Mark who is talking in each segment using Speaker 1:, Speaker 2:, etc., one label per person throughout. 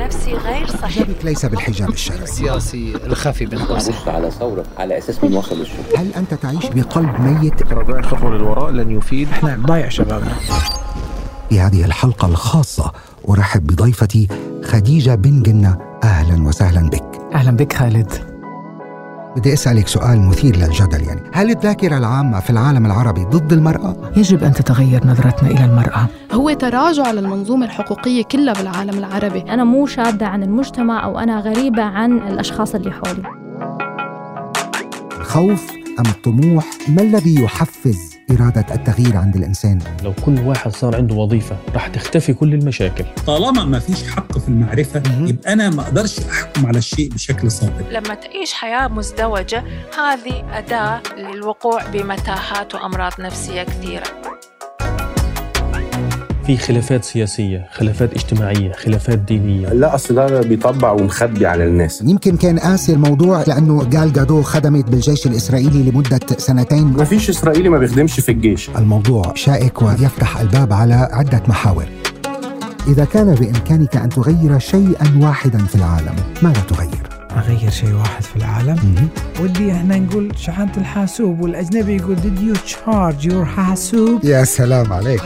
Speaker 1: نفسي غير صحيح
Speaker 2: حجابك ليس بالحجاب الشرعي
Speaker 3: السياسي الخفي بين قوسين
Speaker 4: عرفت على ثورة على أساس من وصل الشغل
Speaker 2: هل أنت تعيش بقلب ميت
Speaker 5: رجع خطوة للوراء لن يفيد
Speaker 3: احنا نضيع شبابنا
Speaker 2: في هذه الحلقة الخاصة أرحب بضيفتي خديجة بن جنة أهلا وسهلا بك
Speaker 6: اهلا بك خالد
Speaker 2: بدي أسألك سؤال مثير للجدل يعني هل الذاكرة العامة في العالم العربي ضد المرأة؟
Speaker 6: يجب ان تتغير نظرتنا الى المراه
Speaker 7: هو تراجع للمنظومة الحقوقية كلها بالعالم العربي
Speaker 8: أنا مو شاذة عن المجتمع أو أنا غريبة عن الأشخاص اللي حولي
Speaker 2: الخوف أم الطموح؟ ما الذي يحفز إرادة التغيير عند الإنسان؟
Speaker 9: لو كل واحد صار عنده وظيفة رح تختفي كل المشاكل
Speaker 10: طالما ما فيش حق في المعرفة
Speaker 2: مهم.
Speaker 10: يبقى أنا ما أقدرش أحكم على الشيء بشكل صادق
Speaker 1: لما تعيش حياة مزدوجة هذه أداة للوقوع بمتاهات وأمراض نفسية كثيرة
Speaker 9: في خلافات سياسية خلافات اجتماعية خلافات دينية
Speaker 4: لا أصل هذا بيطبع ومخبي على الناس
Speaker 2: يمكن كان قاسي الموضوع لأنه جال جادو خدمت بالجيش الإسرائيلي لمدة سنتين
Speaker 4: ما فيش إسرائيلي ما بيخدمش في الجيش
Speaker 2: الموضوع شائك ويفتح الباب على عدة محاور إذا كان بإمكانك أن تغير شيئا واحدا في العالم ماذا تغير؟
Speaker 11: اغير شيء واحد في العالم
Speaker 2: مهم.
Speaker 11: ودي احنا نقول شحنة الحاسوب والاجنبي يقول did you charge your حاسوب
Speaker 2: يا سلام عليك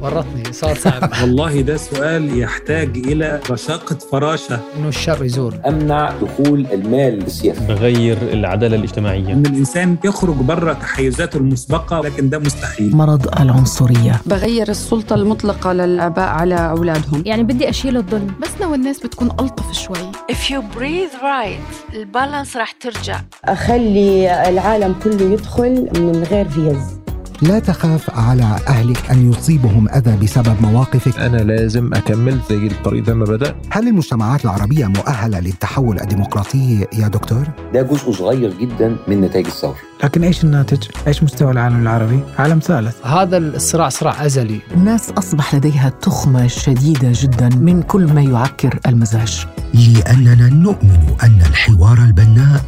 Speaker 3: ورطني صار صعب
Speaker 10: والله ده سؤال يحتاج إلى رشاقة فراشة
Speaker 3: انه الشر يزور
Speaker 4: أمنع دخول المال بالسياسة
Speaker 9: بغير العدالة الاجتماعية
Speaker 10: إن الإنسان يخرج بره تحيزاته المسبقة لكن ده مستحيل
Speaker 6: مرض العنصريه
Speaker 12: بغير السلطة المطلقة للآباء على أولادهم
Speaker 8: يعني بدي أشيل الظلم
Speaker 7: بس لو الناس بتكون ألطف شوي
Speaker 1: If you breathe right البالانس راح ترجع
Speaker 12: أخلي العالم كله يدخل من غير فيز
Speaker 2: لا تخاف على أهلك أن يصيبهم أذى بسبب مواقفك
Speaker 5: أنا لازم أكمل زي الطريق ده ما بدأ
Speaker 2: هل المجتمعات العربية مؤهلة للتحول الديمقراطي يا دكتور؟
Speaker 4: ده جزء صغير جدا من نتائج الثورة
Speaker 11: لكن ايش الناتج؟ ايش مستوى العالم العربي؟ عالم ثالث
Speaker 3: هذا الصراع صراع ازلي
Speaker 6: الناس اصبح لديها تخمه شديده جدا من كل ما يعكر المزاج
Speaker 2: لأننا نؤمن أن الحوار البناء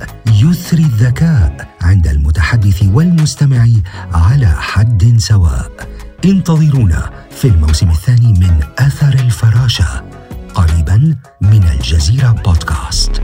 Speaker 2: يثري الذكاء عند المتحدث والمستمع على حد سواء انتظرونا في الموسم الثاني من أثر الفراشة قريبا من الجزيرة بودكاست